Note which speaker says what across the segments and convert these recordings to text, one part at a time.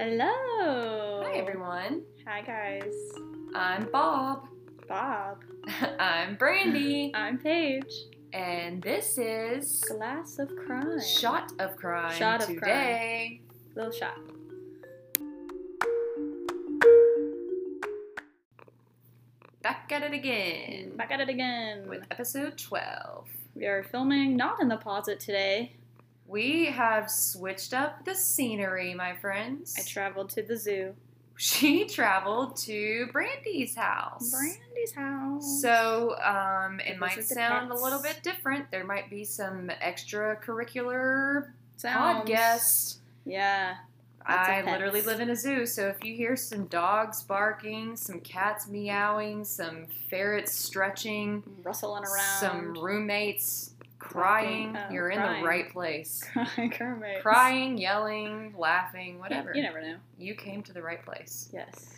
Speaker 1: Hello.
Speaker 2: Hi, everyone.
Speaker 1: Hi, guys.
Speaker 2: I'm Bob.
Speaker 1: Bob.
Speaker 2: I'm Brandy.
Speaker 1: I'm Paige.
Speaker 2: and this is
Speaker 1: Glass of crime.
Speaker 2: Shot of Crime
Speaker 1: Shot of Crime.
Speaker 2: today.
Speaker 1: Little shot.
Speaker 2: Back at it again
Speaker 1: Back at it again.
Speaker 2: with episode 12.
Speaker 1: We are filming not in the closet today.
Speaker 2: We have switched up the scenery, my friends.
Speaker 1: I traveled to the zoo.
Speaker 2: she traveled to Brandy's house.
Speaker 1: Brandy's house.
Speaker 2: So um, it
Speaker 1: Because
Speaker 2: might
Speaker 1: of the
Speaker 2: sound a
Speaker 1: pets.
Speaker 2: little bit different. There might be some extracurricular
Speaker 1: Sounds.
Speaker 2: podcast.
Speaker 1: Yeah. Lots of
Speaker 2: I
Speaker 1: pets.
Speaker 2: literally live in a zoo, so if you hear some dogs barking, some cats meowing, some ferrets stretching,
Speaker 1: Rustling around.
Speaker 2: some roommates crying,
Speaker 1: Talking. Oh,
Speaker 2: you're in
Speaker 1: crying.
Speaker 2: the right place.
Speaker 1: Crying Kermit.
Speaker 2: Crying, yelling, laughing, whatever.
Speaker 1: You never know.
Speaker 2: You came to the right place.
Speaker 1: Yes.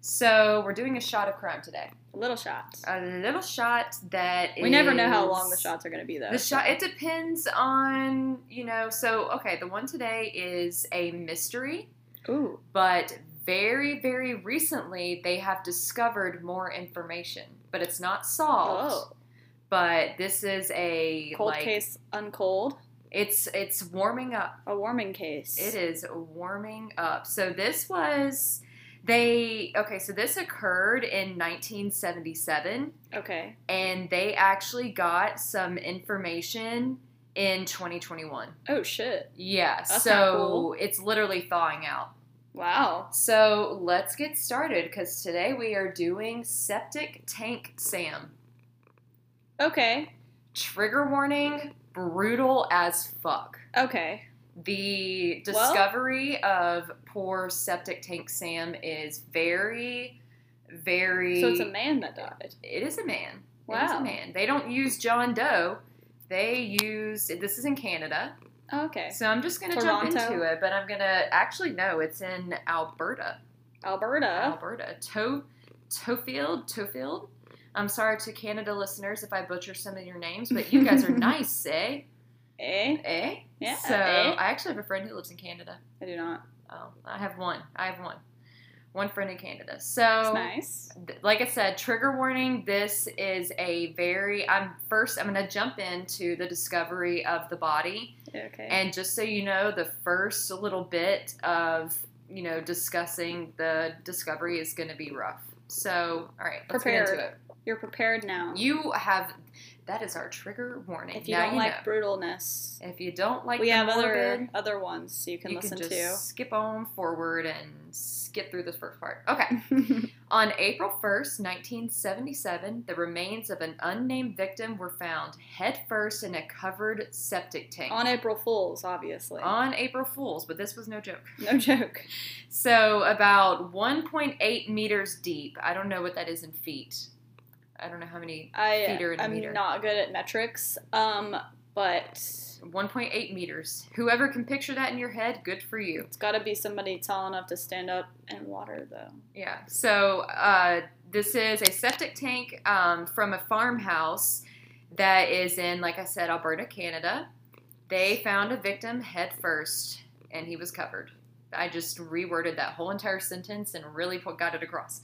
Speaker 2: So we're doing a shot of crime today.
Speaker 1: Little shots.
Speaker 2: A little shot that
Speaker 1: we never know how
Speaker 2: Uh, is-
Speaker 1: long the shots are going to be, though.
Speaker 2: The shot. It depends on you know. So okay, the one today is a mystery.
Speaker 1: Ooh.
Speaker 2: but very, very recently they have discovered more information. But it's not solved.
Speaker 1: Oh.
Speaker 2: But this is a
Speaker 1: Cold
Speaker 2: like,
Speaker 1: case uncold.
Speaker 2: It's it's warming up.
Speaker 1: A warming case.
Speaker 2: It is warming up. So this was they okay. So this occurred in 1977,
Speaker 1: Okay.
Speaker 2: and they actually got some information in 2021.
Speaker 1: Oh shit.
Speaker 2: Yeah.
Speaker 1: That's
Speaker 2: so
Speaker 1: not cool.
Speaker 2: it's literally thawing out.
Speaker 1: Wow.
Speaker 2: So let's get started because today we are doing Septic Tank Sam.
Speaker 1: Okay.
Speaker 2: Trigger warning brutal as fuck.
Speaker 1: Okay.
Speaker 2: The
Speaker 1: Well-
Speaker 2: discovery of poor Septic Tank Sam is very, very.
Speaker 1: So it's a man that died.
Speaker 2: It is a man. It is
Speaker 1: Wow.
Speaker 2: a man. They don't use John Doe. They use. This is in Canada.
Speaker 1: Okay.
Speaker 2: So I'm just going to jump
Speaker 1: Toronto.
Speaker 2: into it, but I'm going to. Actually, no, it's in Alberta.
Speaker 1: Alberta.
Speaker 2: Alberta. To- Tofield? Tofield? I'm sorry to Canada listeners if I butcher some of your names, but you guys are nice, eh?
Speaker 1: Eh?
Speaker 2: Eh?
Speaker 1: Yeah.
Speaker 2: So
Speaker 1: eh?
Speaker 2: I actually have a friend who lives in Canada.
Speaker 1: I do not.
Speaker 2: Oh, I have one. I have one. One friend in Canada. So
Speaker 1: It's nice.
Speaker 2: th- like I said, trigger warning. This is a very. I'm first. I'm going to jump into the discovery of the body,
Speaker 1: Okay.
Speaker 2: and just so you know, the first little bit of you know discussing the discovery is going to be rough. So, all right, let's get into
Speaker 1: Prepared.
Speaker 2: it.
Speaker 1: You're prepared now.
Speaker 2: You have that is our trigger warning.
Speaker 1: if you
Speaker 2: now
Speaker 1: don't
Speaker 2: you
Speaker 1: like
Speaker 2: know.
Speaker 1: brutalness,
Speaker 2: If you don't like,
Speaker 1: we
Speaker 2: the
Speaker 1: have
Speaker 2: morbid,
Speaker 1: other other ones you can
Speaker 2: you
Speaker 1: listen
Speaker 2: can just skip on forward and skip through this first part. Okay.
Speaker 1: to.
Speaker 2: On April 1st, 1977, the remains of an unnamed victim were found head first in a covered septic tank.
Speaker 1: On April Fools, obviously.
Speaker 2: On April Fool's, but this was no joke.
Speaker 1: no joke.
Speaker 2: So, about 1.8 meters deep. I don't know what that is in feet. I don't know how many.
Speaker 1: I
Speaker 2: Feeder and a
Speaker 1: I'm
Speaker 2: meter.
Speaker 1: not good at metrics. Um, but
Speaker 2: 1.8 meters. Whoever can picture that in your head, good for you.
Speaker 1: it's got to be somebody tall enough to stand up in water, though.
Speaker 2: Yeah. So uh, this is a septic tank um, from a farmhouse that is in, like I said, Alberta, Canada. They found a victim head first, and he was covered. I just reworded that whole entire sentence and really put, got it across.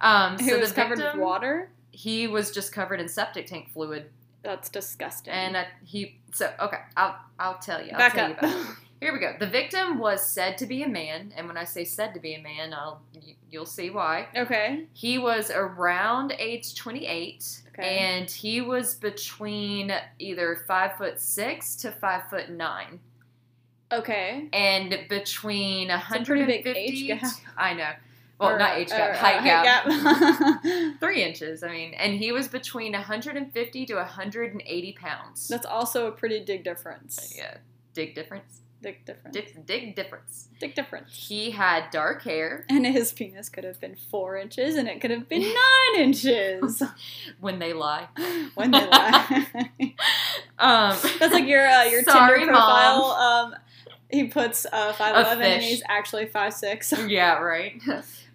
Speaker 2: Um,
Speaker 1: Who
Speaker 2: so
Speaker 1: was
Speaker 2: the
Speaker 1: covered
Speaker 2: victim,
Speaker 1: with water?
Speaker 2: He was just covered in septic tank fluid,
Speaker 1: That's disgusting.
Speaker 2: and uh, he. So okay, I'll I'll tell you. I'll
Speaker 1: Mm-hmm. back
Speaker 2: tell you
Speaker 1: up.
Speaker 2: about it. Here we go. The victim was said to be a man, and when I say said to be a man, I'll you- you'll see why.
Speaker 1: okay.
Speaker 2: He was around age 28,
Speaker 1: Okay.
Speaker 2: and he was between either five foot six to five foot nine,
Speaker 1: Okay.
Speaker 2: and between
Speaker 1: a pretty big
Speaker 2: 150.
Speaker 1: age gap.
Speaker 2: I know. Well,
Speaker 1: Or,
Speaker 2: not
Speaker 1: uh,
Speaker 2: age
Speaker 1: or,
Speaker 2: gap,
Speaker 1: uh,
Speaker 2: height gap.
Speaker 1: gap.
Speaker 2: Three inches, I mean, and he was between 150 to 180 pounds.
Speaker 1: That's also a pretty big difference.
Speaker 2: yeah, dig difference.
Speaker 1: Big difference. Dick,
Speaker 2: Dig, dig difference.
Speaker 1: difference.
Speaker 2: He had dark hair.
Speaker 1: And his penis could have been four inches, and it could have been nine inches
Speaker 2: when they lie.
Speaker 1: when they lie.
Speaker 2: Um,
Speaker 1: That's like your uh, your
Speaker 2: Sorry,
Speaker 1: Tinder profile. Um, he puts uh, five eleven, and
Speaker 2: fish.
Speaker 1: he's actually five six.
Speaker 2: yeah, right.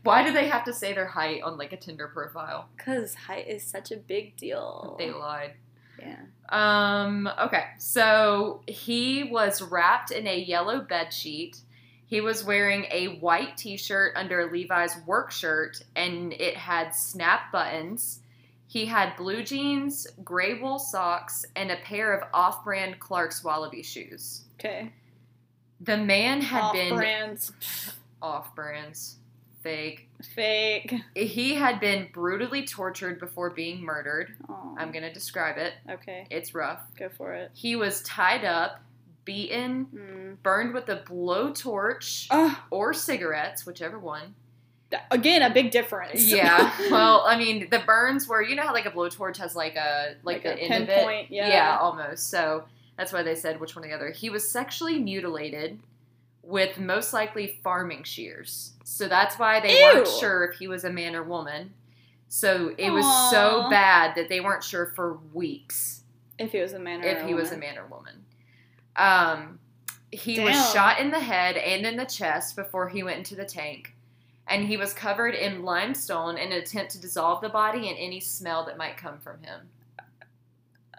Speaker 2: Why do they have to say their height on like a Tinder profile?
Speaker 1: Because height is such a big deal.
Speaker 2: They lied.
Speaker 1: yeah.
Speaker 2: Um, okay, so he was wrapped in a yellow bed sheet. He was wearing a white t shirt under a Levi's work shirt, and it had snap buttons. He had blue jeans, gray wool socks, and a pair of off brand Clark's Wallaby shoes.
Speaker 1: Okay.
Speaker 2: The man had
Speaker 1: Off
Speaker 2: been
Speaker 1: brands.
Speaker 2: off brands, fake.
Speaker 1: Fake.
Speaker 2: He had been brutally tortured before being murdered.
Speaker 1: Aw.
Speaker 2: I'm going to describe it.
Speaker 1: okay.
Speaker 2: It's rough.
Speaker 1: Go for it.
Speaker 2: He was tied up, beaten,
Speaker 1: Mm.
Speaker 2: burned with a blowtorch
Speaker 1: Oh,
Speaker 2: or cigarettes, whichever one.
Speaker 1: again, a big difference.
Speaker 2: Yeah. well, I mean, the burns were, you know how like a blowtorch has like a like, the
Speaker 1: a
Speaker 2: end of it.
Speaker 1: pinpoint. Yeah.
Speaker 2: almost. So that's why they said which one or the other. He was sexually mutilated with most likely farming shears. So that's why they weren't
Speaker 1: Ew.
Speaker 2: sure if he was a man or woman. So it was so
Speaker 1: Aw.
Speaker 2: bad that they weren't sure for weeks
Speaker 1: If he was a man or
Speaker 2: if
Speaker 1: a
Speaker 2: he was a
Speaker 1: woman.
Speaker 2: man or woman. Um, he was
Speaker 1: Damn.
Speaker 2: shot in the head and in the chest before he went into the tank. And he was covered in limestone in an attempt to dissolve the body and any smell that might come from him.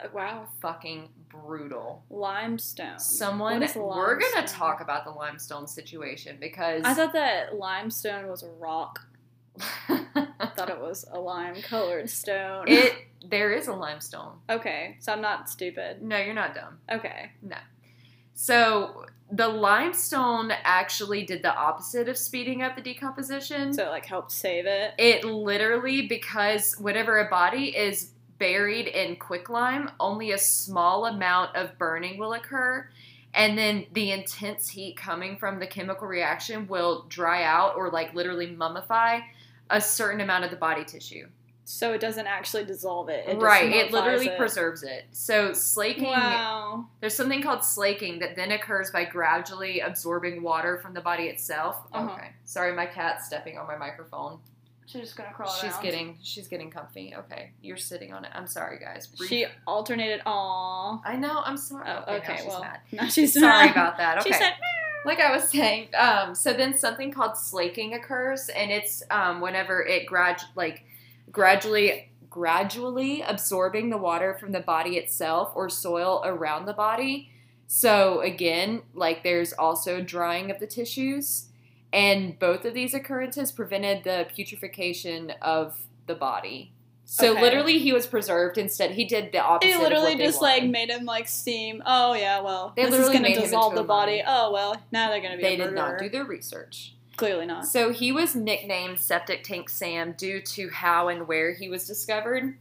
Speaker 1: Uh, Wow.
Speaker 2: Fucking brutal.
Speaker 1: Limestone.
Speaker 2: Someone,
Speaker 1: What is
Speaker 2: we're gonna
Speaker 1: limestone?
Speaker 2: talk about the limestone situation because
Speaker 1: I thought that limestone was a rock. I thought it was a lime colored stone.
Speaker 2: it there is a limestone.
Speaker 1: okay, so I'm not stupid.
Speaker 2: No, you're not dumb.
Speaker 1: Okay.
Speaker 2: So the limestone actually did the opposite of speeding up the decomposition.
Speaker 1: So it like helped save it.
Speaker 2: it literally because whenever a body is buried in quicklime, only a small amount of burning will occur. And then the intense heat coming from the chemical reaction will dry out or like literally mummify a certain amount of the body tissue.
Speaker 1: So it doesn't actually dissolve it. it just
Speaker 2: right. It
Speaker 1: mummifies
Speaker 2: literally
Speaker 1: it.
Speaker 2: preserves it. So slaking
Speaker 1: Wow.
Speaker 2: there's something called slaking that then occurs by gradually absorbing water from the body itself.
Speaker 1: Uh-huh.
Speaker 2: Okay. Sorry, my cat's stepping on my microphone.
Speaker 1: She's just gonna crawl
Speaker 2: She's getting she's getting comfy. Okay, you're sitting on it. I'm sorry, guys. Brief-
Speaker 1: She alternated. Aw.
Speaker 2: I know. I'm sorry.
Speaker 1: Oh,
Speaker 2: okay, now
Speaker 1: okay,
Speaker 2: she's
Speaker 1: well,
Speaker 2: mad.
Speaker 1: No, she's
Speaker 2: sorry
Speaker 1: not.
Speaker 2: about that. Okay.
Speaker 1: She said,
Speaker 2: like I was saying, um, so then something called slaking occurs, and it's um, whenever it grad like gradually gradually absorbing the water from the body itself or soil around the body. So again, like there's also drying of the tissues, and both of these occurrences prevented the putrefaction of the body. So
Speaker 1: Okay.
Speaker 2: literally, he was preserved. Instead, he did the opposite.
Speaker 1: they
Speaker 2: of
Speaker 1: literally
Speaker 2: what they
Speaker 1: just
Speaker 2: wanted.
Speaker 1: like made him like seem. Oh yeah, well,
Speaker 2: They
Speaker 1: this is
Speaker 2: literally
Speaker 1: gonna
Speaker 2: made him
Speaker 1: dissolve
Speaker 2: into
Speaker 1: the
Speaker 2: a
Speaker 1: body.
Speaker 2: mummy.
Speaker 1: Oh well, now they're gonna be.
Speaker 2: they
Speaker 1: a
Speaker 2: did not
Speaker 1: murderer."
Speaker 2: do their research.
Speaker 1: Clearly not.
Speaker 2: So he was nicknamed Septic Tank Sam due to how and where he was discovered,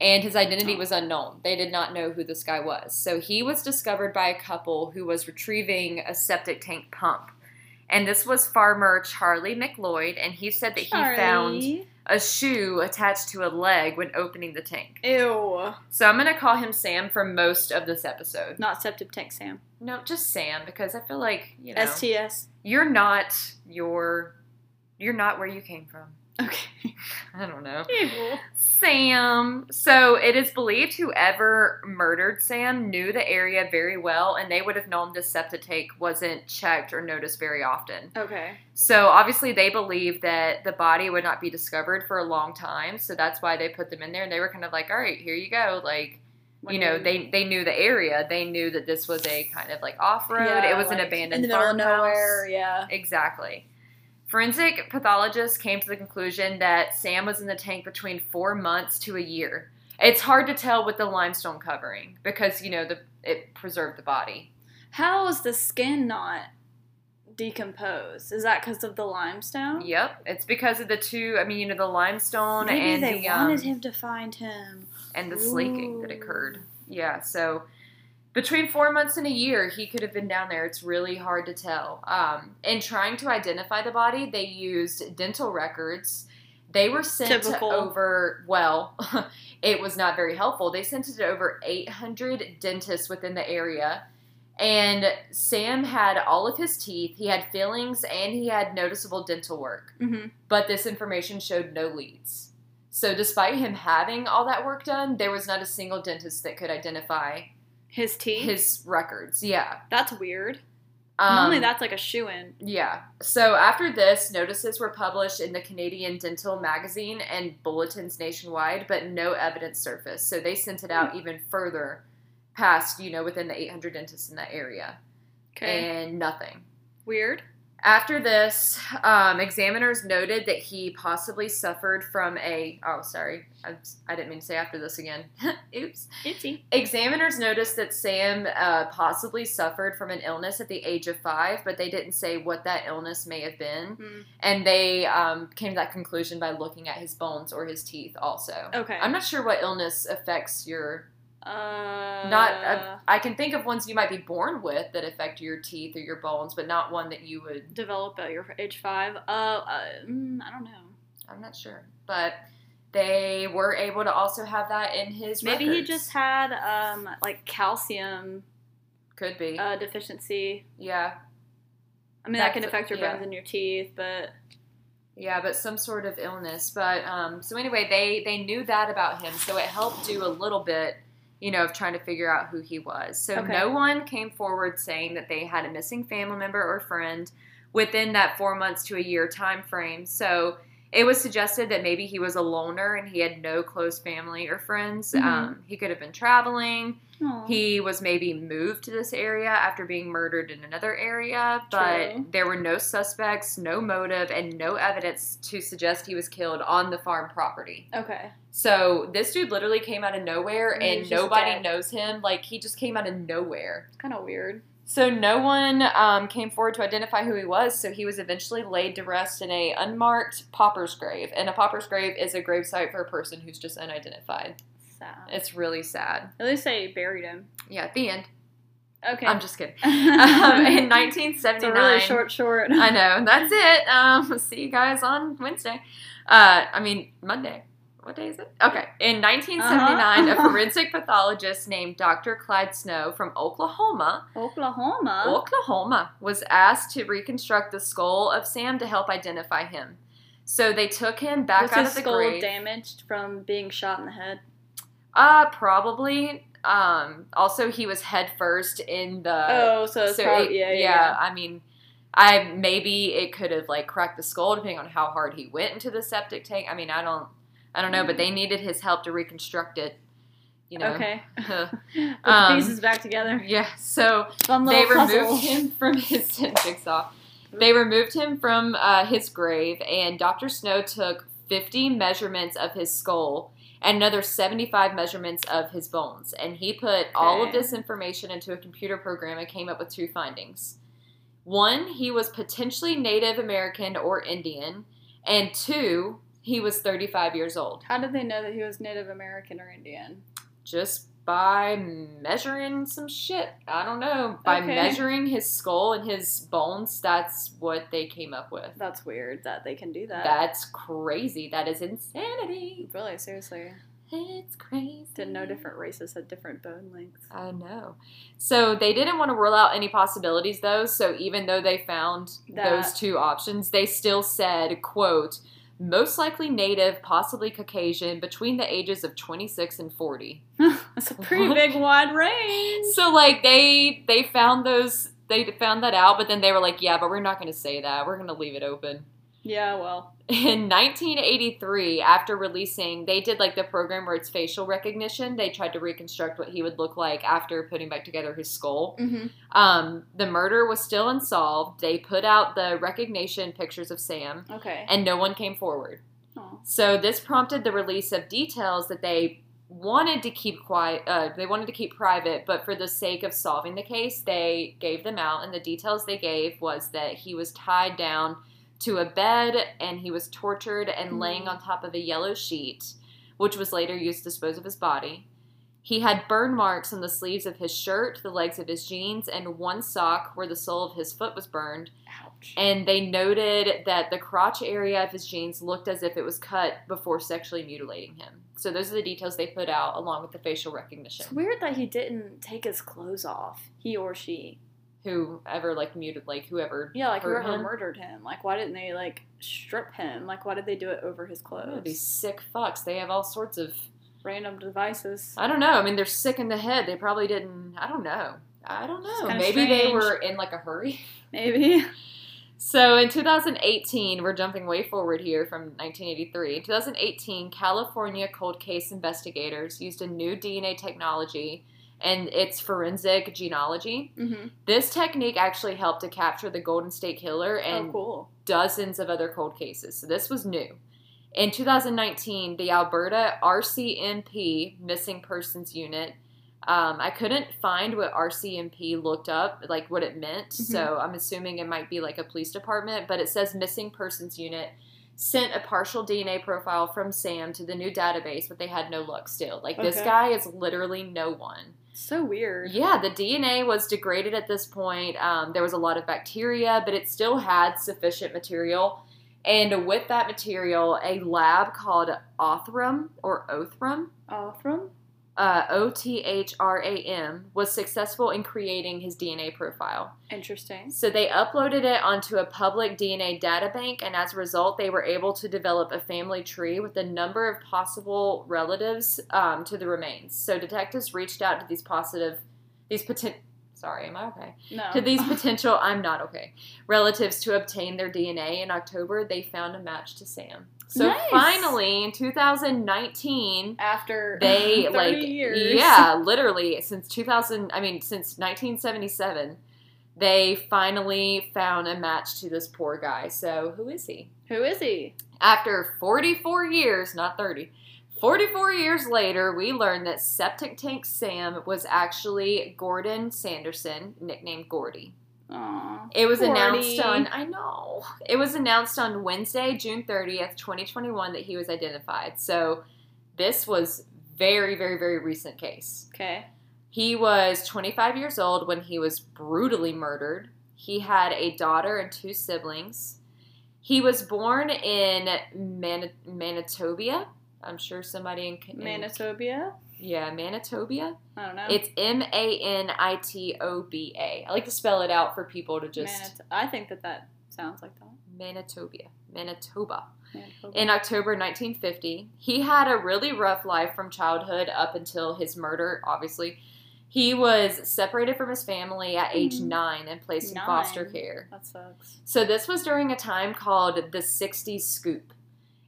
Speaker 2: and his identity was unknown. They did not know who this guy was. So he was discovered by a couple who was retrieving a septic tank pump. And this was farmer Charlie McLeod, and he said that he found
Speaker 1: Charlie.
Speaker 2: a shoe attached to a leg when opening the tank.
Speaker 1: Ew.
Speaker 2: So I'm going to call him Sam for most of this episode.
Speaker 1: Not septic tank Sam.
Speaker 2: No, just Sam, because I feel like, you know,
Speaker 1: STS.
Speaker 2: you're not your, you're not where you came from.
Speaker 1: Okay.
Speaker 2: I don't know. Sam. So it is believed whoever murdered Sam knew the area very well, and they would have known this septic tank wasn't checked or noticed very often.
Speaker 1: okay.
Speaker 2: So obviously, they believed that the body would not be discovered for a long time. So that's why they put them in there, and they were kind of like, "All right, here you go." Like,
Speaker 1: When
Speaker 2: you know, they they knew the area. They knew that this was a kind of like off road.
Speaker 1: Yeah,
Speaker 2: it was an
Speaker 1: like,
Speaker 2: abandoned
Speaker 1: in the middle of
Speaker 2: farmhouse.
Speaker 1: nowhere. Yeah.
Speaker 2: Exactly. Forensic pathologists came to the conclusion that Sam was in the tank between four months to a year. It's hard to tell with the limestone covering because you know the it preserved the body.
Speaker 1: How is the skin not decomposed? Is that because of the limestone?
Speaker 2: Yep, it's because of the two. I mean, you know, the limestone
Speaker 1: Oh. Maybe
Speaker 2: and
Speaker 1: they
Speaker 2: the
Speaker 1: wanted
Speaker 2: um,
Speaker 1: him to find him.
Speaker 2: and the slaking that
Speaker 1: Ooh.
Speaker 2: occurred. Yeah, so between four months and a year, he could have been down there. It's really hard to tell. Um, in trying to identify the body, they used dental records. They were sent
Speaker 1: Typical.
Speaker 2: to over, well, it was not very helpful. They sent it to over 800 dentists within the area. And Sam had all of his teeth, he had fillings, and he had noticeable dental work
Speaker 1: Mm-hmm.
Speaker 2: but this information showed no leads. So, despite him having all that work done, there was not a single dentist that could identify
Speaker 1: His teeth.
Speaker 2: his records. Yeah.
Speaker 1: That's weird.
Speaker 2: Um,
Speaker 1: Normally, that's like a shoe in.
Speaker 2: Yeah. So, after this, notices were published in the Canadian Dental Magazine and bulletins nationwide, but no evidence surfaced. So, they sent it out even further past, you know, within the 800 dentists in that area
Speaker 1: Okay.
Speaker 2: and nothing.
Speaker 1: weird.
Speaker 2: After this, um, examiners noted that he possibly suffered from a. Oh, sorry. I'm, I didn't mean to say after this again. Oops.
Speaker 1: Oopsie.
Speaker 2: Examiners noticed that Sam uh, possibly suffered from an illness at the age of five, but they didn't say what that illness may have been.
Speaker 1: Hmm.
Speaker 2: And they um, came to that conclusion by looking at his bones or his teeth, also.
Speaker 1: Okay.
Speaker 2: I'm not sure what illness affects your.
Speaker 1: uh,
Speaker 2: Not. I- I can think of ones you might be born with that affect your teeth or your bones, but not one that you would.
Speaker 1: develop at your age five. Uh, uh mm, I don't know.
Speaker 2: I'm not sure, but they were able to also have that in his.
Speaker 1: Maybe he
Speaker 2: records.
Speaker 1: just had um like calcium
Speaker 2: could be.
Speaker 1: uh, deficiency.
Speaker 2: yeah,
Speaker 1: I mean, that
Speaker 2: That's-
Speaker 1: can affect your
Speaker 2: yeah.
Speaker 1: bones and your teeth, but
Speaker 2: yeah, but some sort of illness. But um, so anyway, they they knew that about him, so it helped do a little bit, you know, of trying to figure out who he was. So
Speaker 1: Okay.
Speaker 2: no one came forward saying that they had a missing family member or friend within that four months to a year time frame. So. It was suggested that maybe he was a loner and he had no close family or friends.
Speaker 1: Mhm.
Speaker 2: Um, he could have been traveling.
Speaker 1: Aw.
Speaker 2: He was maybe moved to this area after being murdered in another area, but
Speaker 1: True.
Speaker 2: there were no suspects, no motive, and no evidence to suggest he was killed on the farm property.
Speaker 1: okay.
Speaker 2: So this dude literally came out of nowhere,
Speaker 1: And he
Speaker 2: and
Speaker 1: was just
Speaker 2: nobody
Speaker 1: dead.
Speaker 2: knows him. Like he just came out of nowhere.
Speaker 1: It's kind of weird.
Speaker 2: So no one um, came forward to identify who he was. So he was eventually laid to rest in a unmarked pauper's grave, and a pauper's grave is a gravesite for a person who's just unidentified.
Speaker 1: Sad.
Speaker 2: It's really sad.
Speaker 1: At least they buried him.
Speaker 2: Yeah, at the end.
Speaker 1: Okay.
Speaker 2: I'm just kidding. um, in
Speaker 1: It's
Speaker 2: 1979.
Speaker 1: a really short short.
Speaker 2: I know. That's it. Um, see you guys on Wednesday. Uh, I mean Monday. What day is it? Okay. In 1979,
Speaker 1: Uh-huh.
Speaker 2: a forensic pathologist named Dr. Clyde Snow from Oklahoma,
Speaker 1: Oklahoma.
Speaker 2: Oklahoma, was asked to reconstruct the skull of Sam to help identify him. So they took him back
Speaker 1: was
Speaker 2: out
Speaker 1: his
Speaker 2: of the
Speaker 1: skull
Speaker 2: grave.
Speaker 1: damaged from being shot in the head?
Speaker 2: uh, probably. Um, also, he was head first in the
Speaker 1: oh, so it's probably
Speaker 2: it-
Speaker 1: yeah, yeah,
Speaker 2: I mean, I maybe it could have like cracked the skull depending on how hard he went into the septic tank. I mean, I don't, I don't know, but
Speaker 1: Mm.
Speaker 2: they needed his help to reconstruct it. You know.
Speaker 1: Okay. Put the
Speaker 2: Um,
Speaker 1: pieces back together.
Speaker 2: yeah. So
Speaker 1: Fun
Speaker 2: they
Speaker 1: little puzzle.
Speaker 2: removed him from his jigsaw. They removed him from uh, his grave, and Dr. Snow took 50 measurements of his skull and another 75 measurements of his bones. And he put all of
Speaker 1: Okay.
Speaker 2: this information into a computer program and came up with two findings. One, he was potentially Native American or Indian, and two, he was 35 years old.
Speaker 1: How did they know that he was Native American or Indian?
Speaker 2: just by measuring some shit. I don't know. By
Speaker 1: Okay.
Speaker 2: measuring his skull and his bones, that's what they came up with.
Speaker 1: That's weird that they can do that.
Speaker 2: That's crazy. That is insanity.
Speaker 1: really, seriously,
Speaker 2: It's crazy.
Speaker 1: didn't know different races had different bone lengths.
Speaker 2: I know. So they didn't want to rule out any possibilities though, so even though they found
Speaker 1: That-
Speaker 2: those two options, they still said, quote, most likely native, possibly Caucasian, between the ages of 26 and 40.
Speaker 1: That's a pretty big wide range.
Speaker 2: So like they they found those they found that out, but then they were like, yeah, but we're not going to say that. We're going to leave it open.
Speaker 1: Yeah, well,
Speaker 2: In 1983, after releasing, they did like the program where it's facial recognition. They tried to reconstruct what he would look like after putting back together his skull.
Speaker 1: mm-hmm.
Speaker 2: Um, the murder was still unsolved. They put out the recognition pictures of Sam,
Speaker 1: okay.
Speaker 2: and no one came forward.
Speaker 1: Aw.
Speaker 2: So this prompted the release of details that they wanted to keep quiet. Uh, they wanted to keep private, but for the sake of solving the case, they gave them out. And the details they gave was that he was tied down to a bed and he was tortured and
Speaker 1: Mm.
Speaker 2: laying on top of a yellow sheet, which was later used to dispose of his body. He had burn marks on the sleeves of his shirt, the legs of his jeans, and one sock where the sole of his foot was burned
Speaker 1: Ouch.
Speaker 2: and they noted that the crotch area of his jeans looked as if it was cut before sexually mutilating him. So those are the details they put out along with the facial recognition.
Speaker 1: It's weird that he didn't take his clothes off. He or she.
Speaker 2: Whoever like muted like whoever
Speaker 1: Yeah, like
Speaker 2: hurt
Speaker 1: whoever
Speaker 2: him.
Speaker 1: murdered him. Like, why didn't they like strip him? Like, why did they do it over his
Speaker 2: Oh,
Speaker 1: clothes?
Speaker 2: these sick fucks. They have all sorts of
Speaker 1: Random devices.
Speaker 2: I don't know. I mean they're sick in the head. They probably didn't I don't know. I don't
Speaker 1: It's
Speaker 2: know.
Speaker 1: kinda
Speaker 2: Maybe they
Speaker 1: strange.
Speaker 2: were in like a hurry.
Speaker 1: Maybe.
Speaker 2: So in 2018, we're jumping way forward here from 1983. In 2018, California cold case investigators used a new DNA technology and it's forensic genealogy.
Speaker 1: Mm-hmm.
Speaker 2: This technique actually helped to capture the Golden State Killer and
Speaker 1: oh, cool.
Speaker 2: dozens of other cold cases, so this was new. In 2019, the Alberta RCMP Missing Persons Unit. Um, I couldn't find what RCMP looked up, like what it meant. So I'm assuming it might be like a police department, but it says Missing Persons Unit sent a partial DNA profile from Sam to the new database, but they had no luck still. Like this
Speaker 1: Okay.
Speaker 2: guy is literally no one.
Speaker 1: So weird.
Speaker 2: Yeah, the DNA was degraded at this point. Um, there was a lot of bacteria, but it still had sufficient material. And with that material, a lab called Othram or Othram,
Speaker 1: Othram?
Speaker 2: uh, O T H R A M, was successful in creating his DNA profile.
Speaker 1: Interesting.
Speaker 2: So they uploaded it onto a public DNA databank, and as a result, they were able to develop a family tree with a number of possible relatives um, to the remains. So detectives reached out to these positive, these potent. Sorry, am I okay?
Speaker 1: No.
Speaker 2: To these potential, I'm not okay. Relatives to obtain their DNA in October, they found a match to Sam. So
Speaker 1: Nice.
Speaker 2: finally, in 2019,
Speaker 1: After
Speaker 2: they
Speaker 1: 30
Speaker 2: like
Speaker 1: years.
Speaker 2: yeah literally since 2000 i mean since 1977 they finally found a match to this poor guy so who is he
Speaker 1: Who is he?
Speaker 2: after 44 years not 30 44 years later we learned that septic tank sam was actually gordon sanderson nicknamed gordy
Speaker 1: Aw.
Speaker 2: it was
Speaker 1: Gordy.
Speaker 2: announced on I know. It was announced on Wednesday, June 30th, 2021 that he was identified. So this was very very very recent case.
Speaker 1: Okay.
Speaker 2: He was 25 years old when he was brutally murdered. He had a daughter and two siblings. He was born in Mani- Manitoba. I'm sure somebody in, in
Speaker 1: Manitobia?
Speaker 2: yeah, Manitoba.
Speaker 1: I don't know.
Speaker 2: It's M A N I T O B A. I like to spell it out for people to just
Speaker 1: Manit- I think that that sounds like that.
Speaker 2: Manitoba, Manitoba.
Speaker 1: Manitoba.
Speaker 2: In October 1950, he had a really rough life from childhood up until his murder, obviously. He was separated from his family at age
Speaker 1: Mm.
Speaker 2: nine and placed in foster
Speaker 1: Nine.
Speaker 2: care.
Speaker 1: that sucks.
Speaker 2: So, this was during a time called the 60s scoop.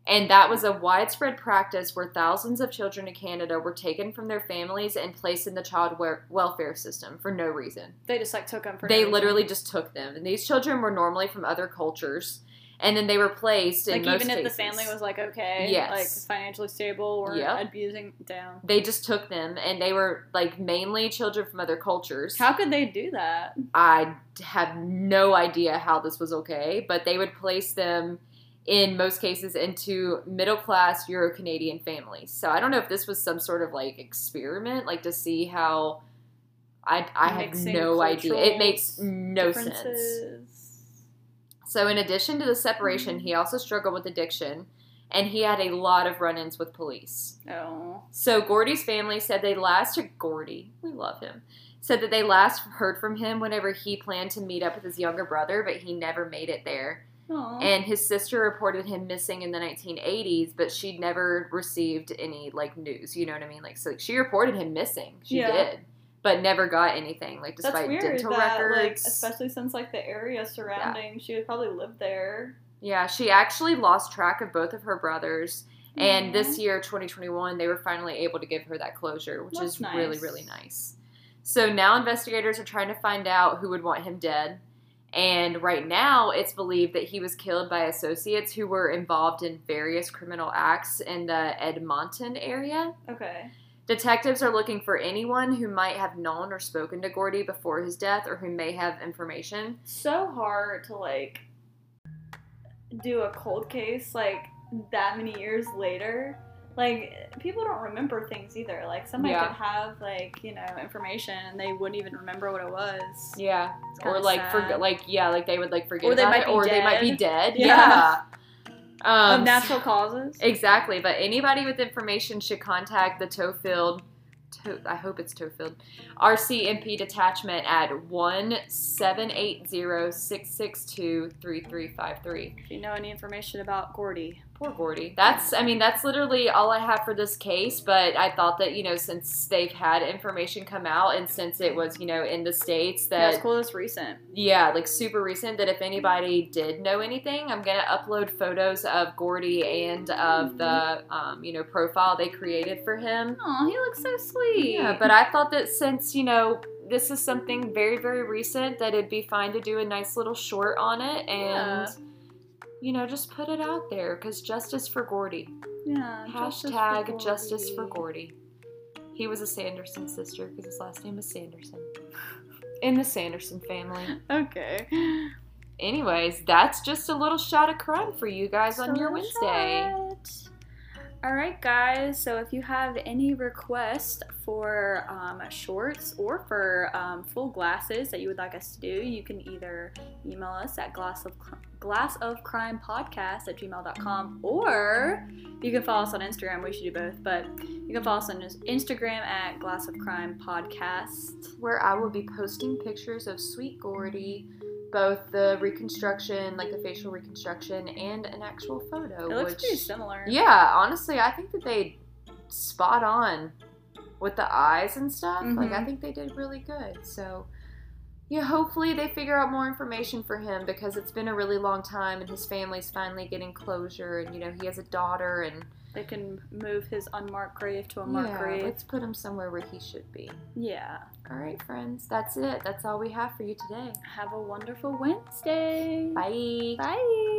Speaker 2: And that was a widespread practice where thousands of children in Canada were taken from their families and placed in the child we- welfare system for no reason
Speaker 1: They just like took him for. no
Speaker 2: they
Speaker 1: reason.
Speaker 2: literally just took them. And these children were normally from other cultures, and then they were placed in
Speaker 1: like
Speaker 2: most
Speaker 1: even if
Speaker 2: cases.
Speaker 1: the family was like okay,
Speaker 2: Yes.
Speaker 1: like financially stable or
Speaker 2: Yep.
Speaker 1: abusing down.
Speaker 2: They just took them, and they were like mainly children from other cultures.
Speaker 1: How could they do that?
Speaker 2: I have no idea how this was okay, but they would place them in most cases into middle class Euro Canadian families. So I don't know if this was some sort of like experiment, like to see how. I, I have
Speaker 1: Mixing
Speaker 2: no idea. It
Speaker 1: cultural
Speaker 2: makes no sense.
Speaker 1: Differences.
Speaker 2: So, in addition to the separation, he also struggled with addiction and he had a lot of run ins with police.
Speaker 1: Oh,
Speaker 2: So, Gordy's family said they last, Gordy, we love him, said that they last heard from him whenever he planned to meet up with his younger brother, but he never made it there.
Speaker 1: Aw.
Speaker 2: And his sister reported him missing in the 1980s, but she'd never received any like news. You know what I mean? Like, so she reported him missing. She
Speaker 1: Yeah.
Speaker 2: did. But never got anything, like
Speaker 1: that's
Speaker 2: despite
Speaker 1: weird.
Speaker 2: dental
Speaker 1: that like
Speaker 2: records.
Speaker 1: especially since like the area surrounding, she would probably live there.
Speaker 2: Yeah, she actually lost track of both of her brothers.
Speaker 1: Mm-hmm.
Speaker 2: And this year, 2021, they were finally able to give her that closure, which
Speaker 1: That's
Speaker 2: is really,
Speaker 1: nice.
Speaker 2: really nice. So now investigators are trying to find out who would want him dead. And right now, it's believed that he was killed by associates who were involved in various criminal acts in the Edmonton area.
Speaker 1: okay,
Speaker 2: Detectives are looking for anyone who might have known or spoken to Gordy before his death or who may have information.
Speaker 1: so hard to like do a cold case like that many years later. Like people don't remember things either. Like somebody
Speaker 2: Yeah.
Speaker 1: could have like you know information and they wouldn't even remember what it was.
Speaker 2: Yeah,
Speaker 1: It's
Speaker 2: or
Speaker 1: kinda
Speaker 2: like for
Speaker 1: sad.
Speaker 2: like yeah, like they would like forget
Speaker 1: Or they
Speaker 2: about
Speaker 1: might
Speaker 2: it,
Speaker 1: be
Speaker 2: or they might be
Speaker 1: dead.
Speaker 2: dead. Yeah,
Speaker 1: Yeah.
Speaker 2: Um,
Speaker 1: of natural causes.
Speaker 2: exactly. But anybody with information should contact the Tofield. To, I hope it's Tofield RCMP detachment at one seven eight zero six six two three three five three.
Speaker 1: if you know any information about Gordy,
Speaker 2: Poor Gordy. That's, I mean, that's literally all I have for this case. But I thought that, you know, since they've had information come out and since it was, you know, in the States that,
Speaker 1: That's cool. That's recent.
Speaker 2: yeah, like super recent, that if anybody did know anything, I'm going to upload photos of Gordy and of the, um, you know, profile they created for him.
Speaker 1: Oh, he looks so sweet.
Speaker 2: Yeah, but I thought that since, you know, this is something very, very recent, that it'd be fine to do a nice little short on it and,
Speaker 1: Yeah.
Speaker 2: you know, just put it out there because justice for Gordy.
Speaker 1: yeah.
Speaker 2: Hashtag justice for Gordy. He was a Sanderson sister because his last name is Sanderson. In the Sanderson family.
Speaker 1: Okay.
Speaker 2: Anyways, that's just a little shot of crime for you guys on your Wednesday.
Speaker 1: All right, guys. So if you have any requests for um, shorts or for um, full glasses that you would like us to do, you can either email us at glass of glass of crime podcast at gmail.com or you can follow us on Instagram. We should do both, but you can follow us on Instagram at glass of crime podcast.
Speaker 2: where I will be posting pictures of Sweet Gordy, both the reconstruction, like the facial reconstruction, and an actual photo.
Speaker 1: It looks
Speaker 2: which,
Speaker 1: pretty similar.
Speaker 2: yeah, honestly, I think that they spot on with the eyes and stuff. Like I
Speaker 1: Mhm.
Speaker 2: think they did really good. So. Yeah, hopefully they figure out more information for him because it's been a really long time and his family's finally getting closure and you know, he has a daughter and
Speaker 1: They can move his unmarked grave to a marked
Speaker 2: yeah,
Speaker 1: grave.
Speaker 2: let's put him somewhere where he should be.
Speaker 1: Yeah.
Speaker 2: All right, friends. That's it. That's all we have for you today.
Speaker 1: Have a wonderful Wednesday.
Speaker 2: Bye.
Speaker 1: Bye.